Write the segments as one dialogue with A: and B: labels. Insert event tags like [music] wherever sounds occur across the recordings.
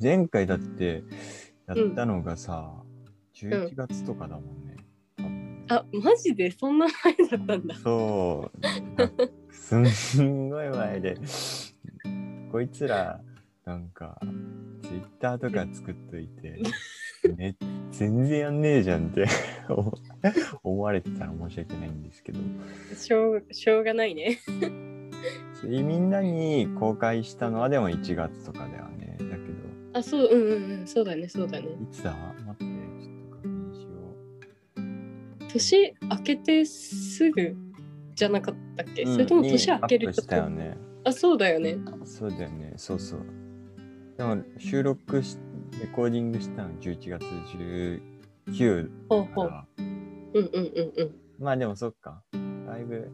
A: 前回だってやったのがさ、11月とかだもんね。多分ね
B: あマジでそんな前だったんだ。
A: そう。すんごい前で。こいつら、なんか、ツイッターとか作っとい
B: [laughs]
A: て、ね、全然やんねえじゃんって [laughs] 思われてたら申し訳ないんですけど、
B: しょうしょうがないね。
A: それみんなに公開したのはでも1月とかだよね。だけど、
B: あそううんうんうんそうだねそうだね。
A: いつだ待って、ちょっと確認しよ
B: 年明けてすぐじゃなかったっけ、
A: う。
B: それとも
A: うん
B: 年明ける
A: にアップ
B: と
A: したよね。
B: あそうだよね。
A: そうだよね、そうそう。でも収録し、レコーディングしたの11月19
B: ほう
A: だか
B: ほう。
A: ら、
B: うんうんうんうん。
A: まあでもそっか、だいぶ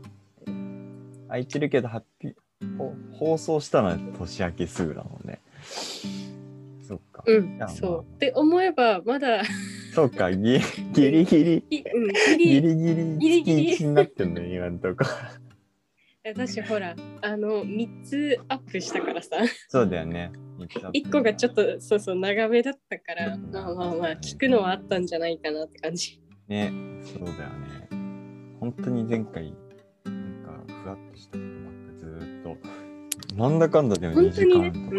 A: 空いてるけど、ハッピーほ放送したのは年明けすぐだもんね。そっか、
B: うん
A: じゃあ、まあ
B: そう。って思えば、まだ、
A: そっか、ギギリギリ、
B: いう
A: [laughs]
B: ん、
A: ギ
B: ギリ、
A: リギリ、
B: ギリギリ
A: 月一になってんの、今んとこ。
B: 私ほら、あの、3つアップしたからさ、
A: そうだよね。
B: 1個がちょっ
A: と。
B: と、そうそう、長めだったから、まあまあまあ、聞くのはあったんじゃないかなって感じ。
A: ね、そうだよね。本当に前回、なんか、ふわっとしたことばっかずーっと、なんだかんだでも2
B: 本当
A: 時
B: に
A: 間
B: ね
A: とかね、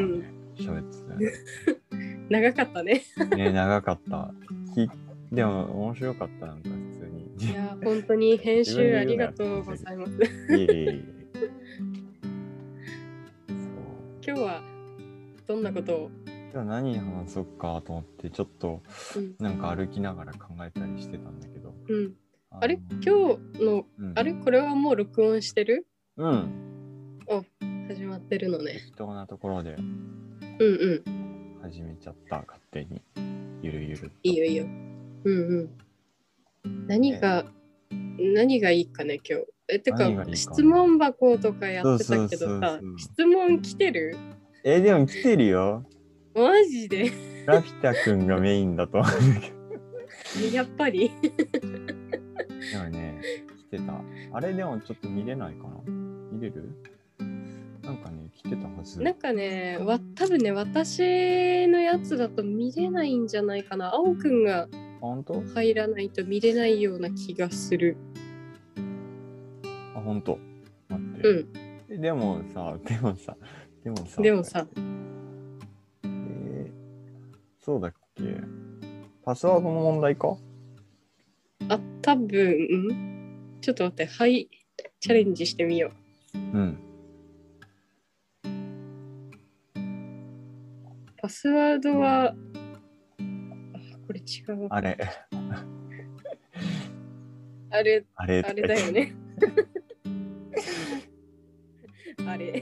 A: 喋、って
B: 長かったね。
A: たよね。ね、長かった。きでも、面白かった、なんか、普通
B: [laughs]
A: に。
B: いや、本当に編集ありがとうございます。
A: いえいえいえそう。
B: 今日は、どんなことを、
A: 今日何話そうかと思って、ちょっと、
B: うん、
A: なんか歩きながら考えたりしてたんだけど。
B: うん。
A: あ
B: あれ今日の、
A: 日、うん
B: あれこれはもう録音してる
A: うん。
B: 始まってるのね。
A: 適当なところで
B: うんうん。
A: 始めちゃった、勝手に。ゆるゆると。
B: いいよいいよ。うんうん。何が、何がいいかね、今日。え、てか、
A: 何がいいかね
B: 質問箱とかやって
A: そ
B: たけど
A: うそうそう
B: さ
A: そ、う
B: 質問来てる
A: えーでも来てるよ。
B: マジで [laughs]
A: ラピュタくんがメインだと思うんだけど。
B: やっぱり
A: でもね、来てた。あれでもちょっと見れないかな。見れるなんかね、来てたはず。
B: なんかね、わ多分ね、私のやつだと見れないんじゃないかな。青くんが
A: あ本当
B: 入らないと見れないような気がする。
A: あ、本当待って。
B: うん。
A: えでもさ、でもさ、でもさ。
B: でもさ、
A: えーそうだっけパスワードの問題か
B: あ、多分、んちょっと待って、はい、チャレンジしてみよう。
A: うん。
B: パスワードは、あこれ違うわ。
A: あれ、
B: あれ、
A: あれ、
B: あれだよね。 [laughs] あれ。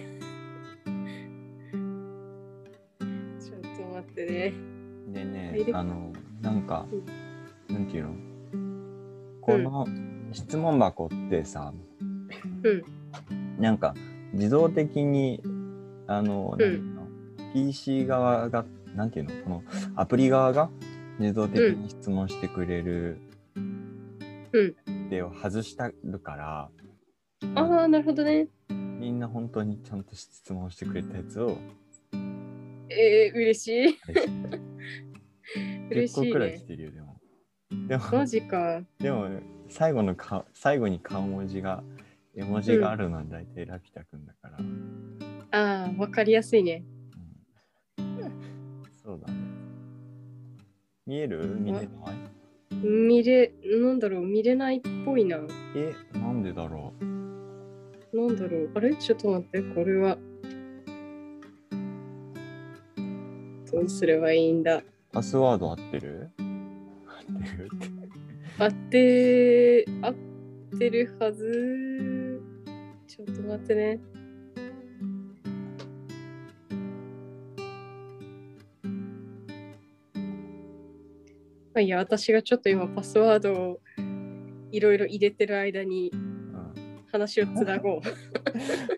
B: ちょっと待ってね。
A: でね
B: 入れ、
A: あの、なんか
B: うん、
A: なんていうのこの質問箱ってさ、
B: うん。
A: なんか自動的にあの、
B: う
A: なんていうの PC 側がなんていうのこのアプリ側が自動的に質問してくれる
B: うん
A: 手を外したるから、
B: ああ、なるほどね。
A: みんな本当にちゃんと質問してくれたやつを
B: えー、嬉しい。
A: あれして
B: [laughs] 嬉し
A: 10
B: い
A: 個くらい
B: ね
A: 来。てるよでも。でも
B: マジか。
A: でも最後のか最後に顔文字が絵文字があるのは大体ラピュタくんだから、
B: ああ、わかりやすいね。
A: うんそうだね。見える見れない
B: 見れ、なんだろう、見れないっぽいな。
A: え、なんでだろう
B: なんだろう。あれちょっと待って、これは。どうすればいいんだ。
A: パスワード合ってる合ってるって。
B: 合って合ってるはずちょっと待ってねまあいいや私がちょっと今パスワードをいろいろ入れてる間に
A: うん、
B: 話をつなごう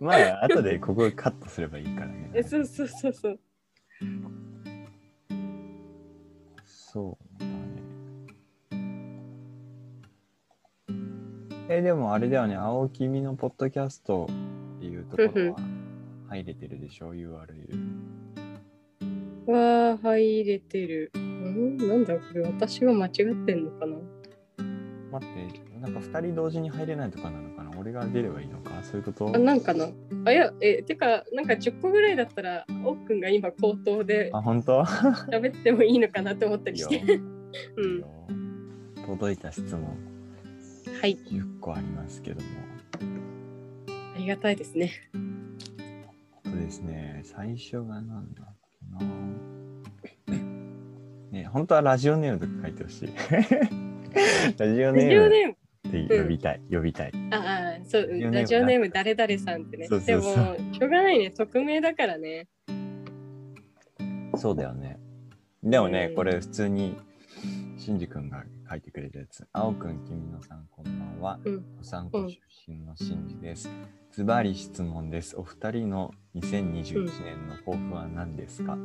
A: まあ、後でここカットすればいいからね。
B: えそうそうそうそう
A: そうだね。え、でもあれだよね、青君のポッドキャストっていうところは入れてるでしょ、URL。
B: わあ、入れてる。んなんだこれ、私は間違ってんのかな
A: 待って、なんか2人同時に入れないとかなのかな俺が出ればいいのかそういうこと
B: あ、なんかなあ、いや、え、てか、なんか10個ぐらいだったら、おっくんが今口頭で
A: あ、本当
B: 喋ってもいいのかなと思ったり
A: いい
B: し
A: よ
B: て。 [laughs] う
A: いい
B: ん
A: よ。届いた質問
B: はい、
A: 10個ありますけども。
B: ありがたいですね。
A: そうですね、最初がなんだっけな。 [coughs] ね、本当はラジオネームとか書いてほしい。 [laughs] ラジオ
B: ラ
A: ネ
B: ジオ
A: ー
B: ネーム、
A: ムって呼びたい、呼びたい。
B: ああ、そう、うんラ
A: ラ
B: ジ
A: ジオ
B: オネ
A: ネ
B: ー
A: ー
B: ム
A: ム
B: 誰々さんってね。
A: そうそうそう
B: でも、しょうがないね、匿名だからね。
A: そうだよね。でもね
B: う、ん
A: これ普通に、しんじくんが書いてくれたやつ。あおくん、きみのさん、こんばんは。
B: うん
A: お産子出身のしんじです。ズバリ質問です。お二人の2021年の抱負は何ですか、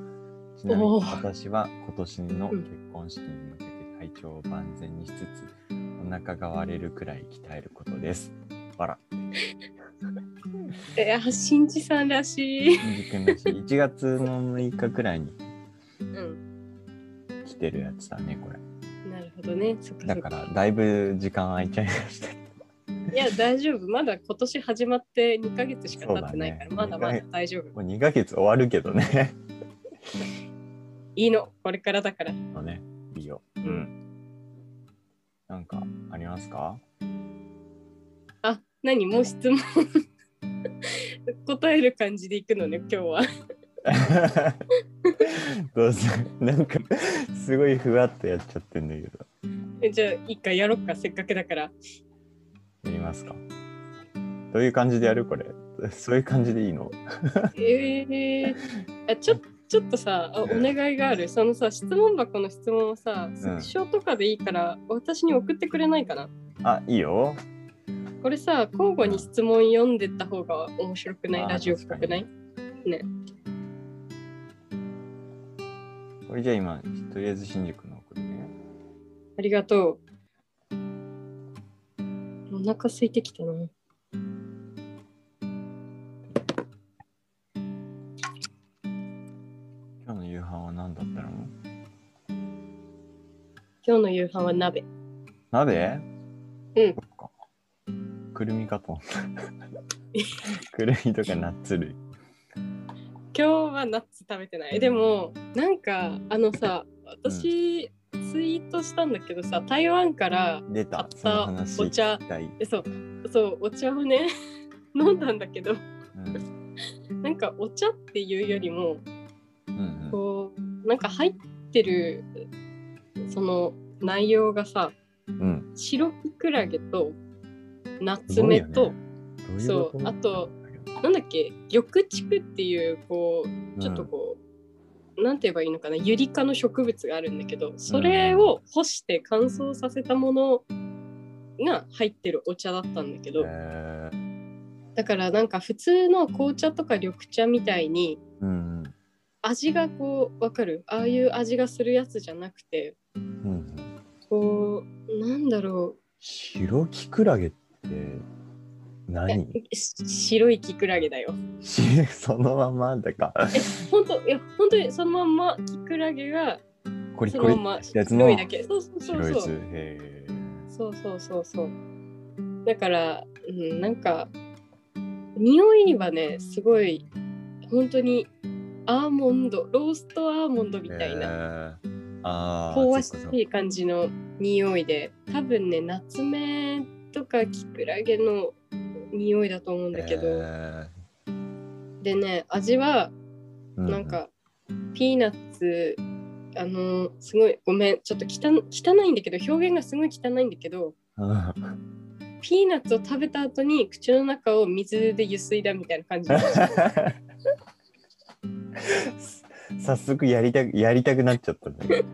A: ちなみ
B: お
A: に
B: ー
A: 私は今年の
B: うん
A: 結婚式に向けて体調を万全にしつつ、お腹が割れるくらい鍛えることです。あら、
B: え、あ、しんじさんらしい。
A: しんじくんらしい。1月の6日くらいに
B: うん、
A: 来てるやつだね、これ。
B: なるほどね。そっかそ
A: だ
B: っ
A: か
B: か。
A: らだいぶ時間空いちゃいました。
B: いや、大丈夫。まだ今年始まって2ヶ月しか経ってないから、
A: そうだ
B: ま
A: ね
B: だまだ大丈夫。
A: もう2ヶ月終わるけどね。 [laughs]
B: いいの、これからだから。
A: のね、いいよ。うん。なんかありますか [laughs]
B: あ、何もう質問 [laughs] 答える感じでいくのね、今日は。
A: どうぞなんかすごいふわっとやっちゃってんだけど
B: えじゃあ、一回やろっか、せっかくだから。
A: やりますかどういう感じでやるこれそういう感じでいいの
B: えー、あちょちょっとさあお
A: うん
B: 願いがあるそのさ質問箱の質問をさスクショとかでいいから、私に送ってくれないかな
A: あいいよ
B: これさ交互に質問読んでった方が面白くない、
A: あー
B: ラジオっぽくない
A: これじゃあ今とりあえず新宿の送るね
B: ありがとうお腹空いてきたな
A: 今日の夕飯は何だったの
B: 今日の夕飯は鍋
A: 鍋
B: うん
A: そっかくるみかと思った [laughs] くるみとかナッツ類
B: 今日はナッツ食べてないでもなんかあのさ私、ツイートしたんだけどさ台湾から
A: 出
B: 買
A: た
B: っ
A: その
B: た
A: 話
B: お茶
A: 聞きたい
B: えそうそうお茶をね [laughs] 飲んだんだけど
A: うん
B: なんかお茶っていうよりも
A: うんうん
B: こうなんか入ってるその内容がさ
A: うん
B: 白キクラゲとナツ
A: すごい
B: メ
A: よね
B: と、
A: どういうこと
B: そうあとなんだっけ緑竹っていうこうちょっとこう、なんて言えばいいのかなユリ科の植物があるんだけどそれを干して乾燥させたものが入ってるお茶だったんだけど、
A: えー
B: だからなんか普通の紅茶とか緑茶みたいに
A: うんうん
B: 味がこうわかるああいう味がするやつじゃなくて
A: うんうん
B: こうなんだろ
A: 白キクラゲって
B: う
A: 何
B: えし白いキクラゲだよ
A: し [laughs] そのままだか
B: 本当いや本当にそのまんまキクラゲが
A: コリ
B: そ
A: コ
B: の
A: リ
B: まま
A: やつ
B: 白い
A: の
B: だけそうそうそう
A: 白いや
B: そ
A: つ
B: う
A: へ
B: そうそうそうそうだから、うん、なんか匂いはねすごい本当にアーモンドローストアーモンドみ
A: ー
B: たいな、
A: へーあー
B: 香ばし
A: そっかそっ
B: い感じの匂いで多分ね夏目とかキクラゲの匂いだと思うんだ
A: か
B: けど、
A: へ
B: でね味は
A: ーう
B: なんか、ピーナッツあのすごいごめんちょっと汚汚いんだけど表現がすごい汚いんだけど
A: うん
B: ピーナッツを食べた後に口の中を水でゆすいだみたい
A: [laughs]
B: な感じ
A: [laughs] 早速やりたくやりたくなっちゃったんだけど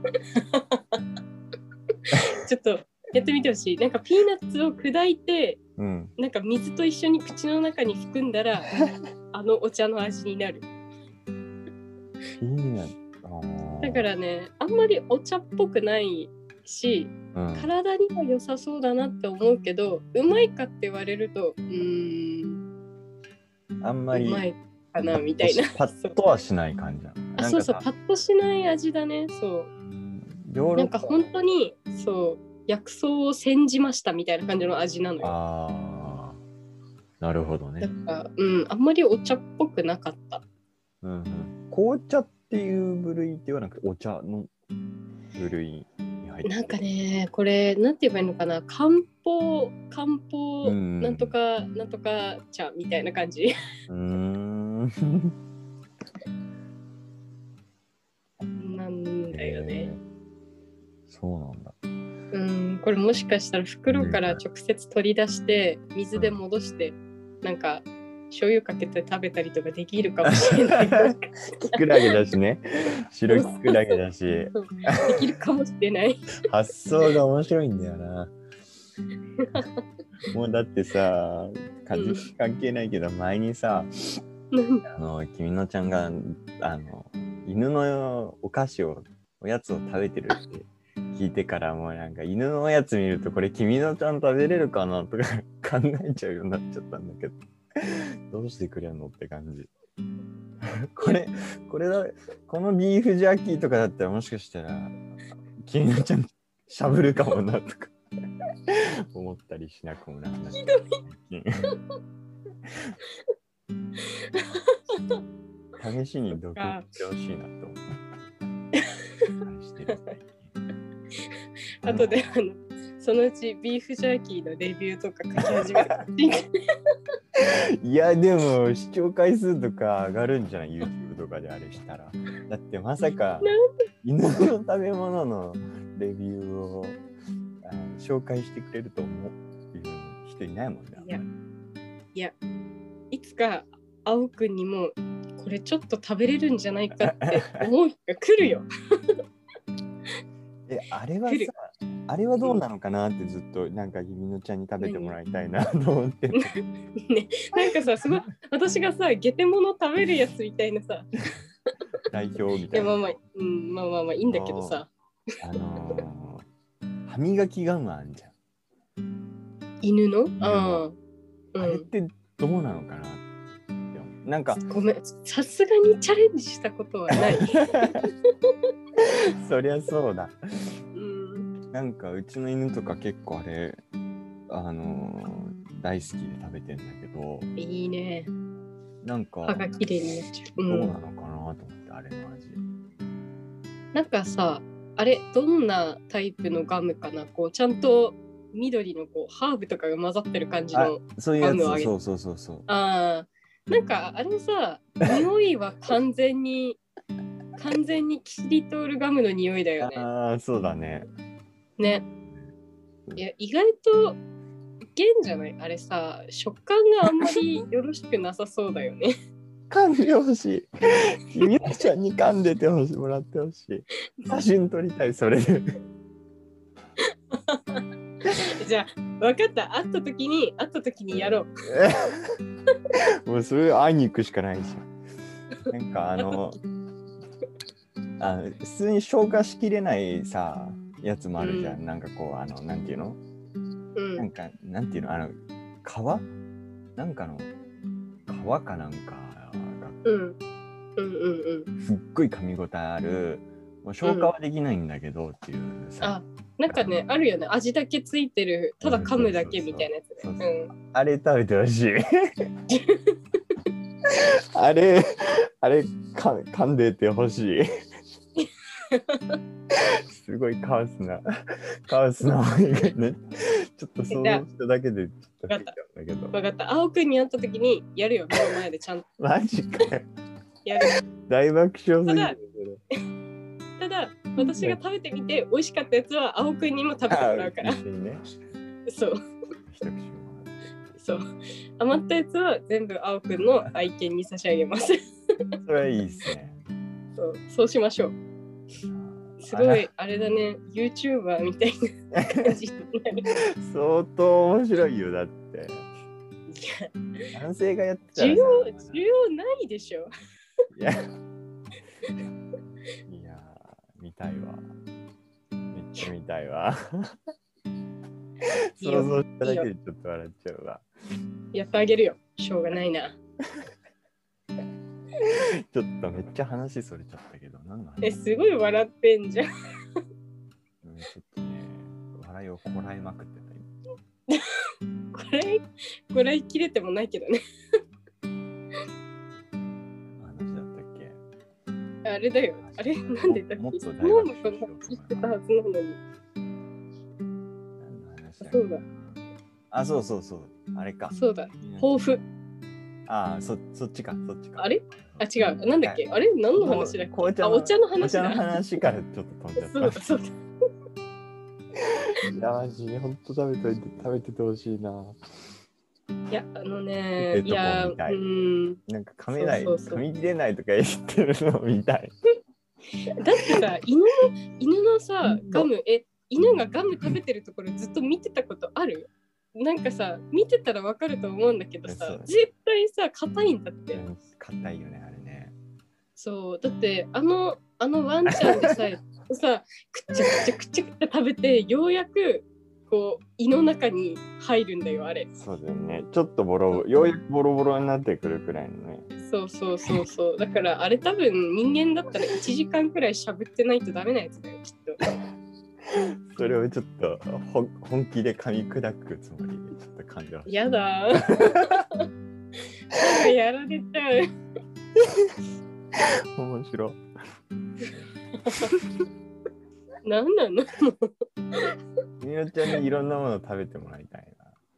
B: ちょっとやってみてほしいなんかピーナッツを砕いて
A: うん
B: なんか水と一緒に口の中に含んだらあのお茶の味になる
A: いいなあー
B: だからねあんまりお茶っぽくないし
A: うん
B: 体には良さそうだなって思うけどうまいかって言われるとうーん
A: あん
B: う
A: まり
B: まいかなみたいな
A: パッとしパッとはしない感じなの
B: あそうそう
A: なん
B: パ
A: かさ
B: ッとしない味だねそ
A: ヨ
B: う
A: ー
B: な
A: ロ
B: ん
A: ッ
B: か
A: パ
B: 本当にそう薬草を煎じましたみたいな感じの味なのよ
A: あーなるほど
B: だ
A: ね
B: か、らうんあんまりお茶っぽくなかった
A: うんうん、紅茶っていう部類ではなくてお茶の部類に入ってる
B: なんかねこれなんて言えばいいのかな漢方漢方、
A: うん
B: なんとかなんとか茶みたいな感じ [laughs]
A: うーん
B: なんだよね、
A: えーそうなんだ
B: うんこれもしかしたら袋から直接取り出して水で戻してなんか醤油かけて食べたりとかできるかもし
A: [laughs]
B: れないなんか
A: キクラゲだしね白いキクラゲだし
B: そうできるかもしれない [laughs]
A: 発想が面白いんだよな。もうだってさ、風邪関係ないけど、前にさ、
B: うん
A: あの、君のちゃんが、あの、犬のお菓子を、おやつを食べてるって聞いてから、もうなんか、犬のおやつ見ると、これ君のちゃん食べれるかなとか [laughs] 考えちゃうようになっちゃったんだけど、 [laughs] どうしてくれんのって感じ。 [laughs] これ、これだ、このビーフジャーキーとかだったら、もしかしたら、君のちゃん、しゃぶるかもなとか [laughs] 思ったりしなくもなくなっちゃった最近。 [laughs] 試しに独立してほしいなと思う。愛してる
B: [laughs] あとであのそのうちビーフジャーキーのレビューとか書き始めるかもしれない
A: いやでも視聴回数とか上がるんじゃない YouTube とかであれしたら。だってまさか犬の食べ物のレビューをあの紹介してくれると思うっていう人いないもんね。
B: いやいつか青くんにもこれちょっと食べれるんじゃないかって思う日が来
A: [laughs]
B: るよ
A: えあれはさ
B: 来る
A: あれはどうなのかなってずっとなんかゆみのちゃんに食べてもらいたいなと思ってて
B: ねなんかさすごい私がさゲテモノ食べるやつみたいなさ
A: [laughs] 代表み
B: い
A: た
B: や
A: い
B: まあ
A: な。
B: まあ、うん、まあまあまあいいんだけどさ
A: あのー歯磨きガムあんじゃん。
B: 犬
A: の
B: のうん、
A: あ
B: う
A: れっ
B: ん、
A: てどうなのかなって思うなんか
B: ごめんさすがにチャレンジしたことは
A: [laughs]
B: ない、
A: そりゃそうだ。
B: うん、
A: なんかうちの犬とか結構あれ、あのー大好きで食べてんだけど、
B: いいね
A: なんか
B: 歯が綺麗になっちゃう、
A: どう
B: う、
A: なんのかなと思って、あれの味。
B: なんかさあれどんなタイプのガムかなこうちゃんと緑のこうハーブとかが混ざってる感じ
A: あ
B: の
A: そういうや
B: ガムをあ
A: つ、
B: げ
A: そうそうそうそう。
B: あーなんかあれさ匂いは完全に完全にキリトールガムの匂いだよね
A: ああ、そうだね。
B: ね。いや意外といけんじゃないあれさ食感があんまりよろしくなさそうだよね。 [laughs]
A: 噛んでほしい。君のちゃんに噛んでてほしい、もらってほしい。写真撮りたい、それで。
B: じゃあ分かった会った時に会った時にやろ
A: [laughs]
B: う。
A: もうそれ会いに行くしかないじゃん。なんかあの、あの普通に消化しきれないさ、やつもあるじゃん。
B: う
A: なんかこう、あの、なんていうの
B: う
A: なんんか、なんていうのあの、皮なんかの、皮かなんかが
B: うんうんうんうん。
A: すっごい噛み応えある、もう消化はできないんだけどっていう
B: あ
A: さ、
B: なんかねあるよね味だけついてるただ噛むだけみたいなやつ
A: そう
B: ね。うん
A: あれ食べてほしい。 [laughs] あれ、あれか噛んでてほ [laughs] しい。すごいカオスな、カオスな思いがね、ちょっと想像しただけでちょっと吹いちゃうんだけど。
B: 分かった青くんに会った時にやるよ目の前でちゃんと
A: マジかよ。
B: やる。
A: 大爆笑すぎるけど。
B: ただ私が食べてみて美味しかったやつは青くんにも食べてもらうから
A: 一。緒にね。
B: [laughs] そう。
A: 一口もらって
B: そう。余ったやつは全部青くんの愛犬に差し上げます。
A: それはいいですね。
B: そうそうしましょう。すごい、あれだね、YouTuber みたいな感じになる。
A: 相当面白いよ、だって。
B: い
A: 男性がやってたら
B: や、需
A: さ
B: 要、需要ないでしょ。
A: [laughs] いや、いやー、見たいわ。めっちゃ見たい
B: [laughs]
A: わ。
B: いいよ
A: 想像しただけでちょっと笑っちゃうわ。
B: やってあげるよ。しょうがないな。
A: ちょっとめっちゃ話それちゃったけど、何の話
B: え、すごい笑ってんじゃん。 [laughs]
A: うんちょっとね、笑いをこらえまくってた。今
B: これ、これ切れてもないけどね。
A: 何の話だったっけ
B: あれだよ。あれなんでだっけ
A: もっと大学
B: もうこんな話してたはずなのに。
A: 何の話だっけ
B: そうだ。
A: あ、そうそうそう。あれか。
B: そうだ。抱負。
A: ああ、そそっちか、そっちか。
B: あれあ、違う。なんだっけあれ何の話だっけ
A: 紅茶
B: あ、
A: の
B: お茶の
A: お
B: 話
A: 茶の
B: だ。
A: 話からちょっと飛んじゃった。
B: そうだ、そうだ。
A: いや、マジ、ほんと食べといて、食べててほしいな。
B: いや、あの
A: ポ
B: ね、
A: テトも
B: いや、う
A: みたい
B: ん。
A: なんか噛めない、
B: そうそうそう
A: 噛み切れないとか言ってるのみたい。
B: だってさ、犬の、犬のさ、ガム、え、犬がガム食べてるところずっと見てたことあるなんかさ、見てたらわかると思うんだけど
A: そう
B: さ
A: だ、ね
B: 絶対さ、硬いんだって。
A: うん硬いよね、あれね。
B: そう、だって、あの、あのワンちゃんでさえ、 [laughs] さ、くっちゃくちゃくっちゃくちゃ食べて、ようやく、こう、胃の中に入るんだよ、あれ。
A: そうだよね。ちょっとボロボロ、ようやくボロボロになってくるくらいのね。
B: そうそうそうそう。だからあれ多分人間だったら1時間くらいしゃぶってないとダメなやつだよ、きっと。
A: それをちょっとほん本気で噛み砕くつもりで、ちょっと噛んでほしい。
B: やだー。なんか [laughs] やられちゃう。
A: 面白い。
B: なんなの
A: みのちゃんにいろんなもの食べてもらいたい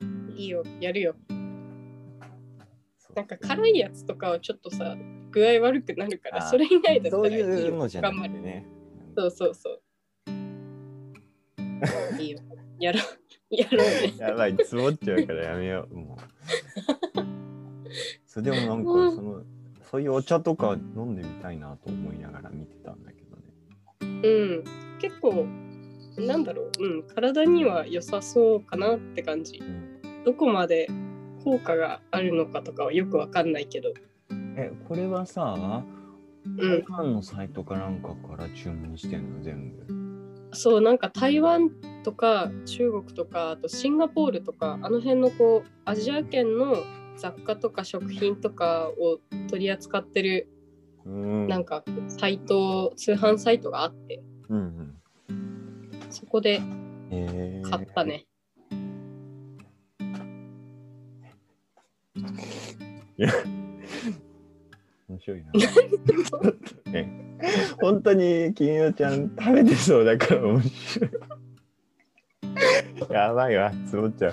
A: な。
B: いいよ、やるよ。
A: そう
B: なんか辛いやつとかはちょっとさ、具合悪くなるから、
A: あー
B: それ以外だった
A: そう
B: らいい
A: い
B: よ
A: うのじゃな
B: 頑
A: く
B: 張
A: て
B: る。
A: ね。
B: そうそうそう。いいよ。やろう。やろうね。
A: やばい、積もっちゃうからやめよう。もう。
B: [laughs]
A: そうでもなん
B: うん
A: かその、そういうお茶とか飲んでみたいなと思いながら見てたんだけどね。
B: うん。結構、なんだろう。うん。体には良さそうかなって感じ。
A: うん
B: どこまで効果があるのかとかはよくわかんないけど。
A: え、これはさ、
B: うん
A: 台。湾のサイトかなんかから注文してんの全部。
B: そう、なんか台湾とか中国とか、あとシンガポールとか、あの辺のこう、アジア圏の雑貨とか食品とかを取り扱ってる、
A: うん。
B: なんかサイト、通販サイトがあって、
A: うん
B: そこで
A: うん。えー、
B: 買った。ね。
A: 面白いな。 [laughs] ね、本当に金魚ちゃん食べてそうだから面白い。やばいわ、積もっちゃう。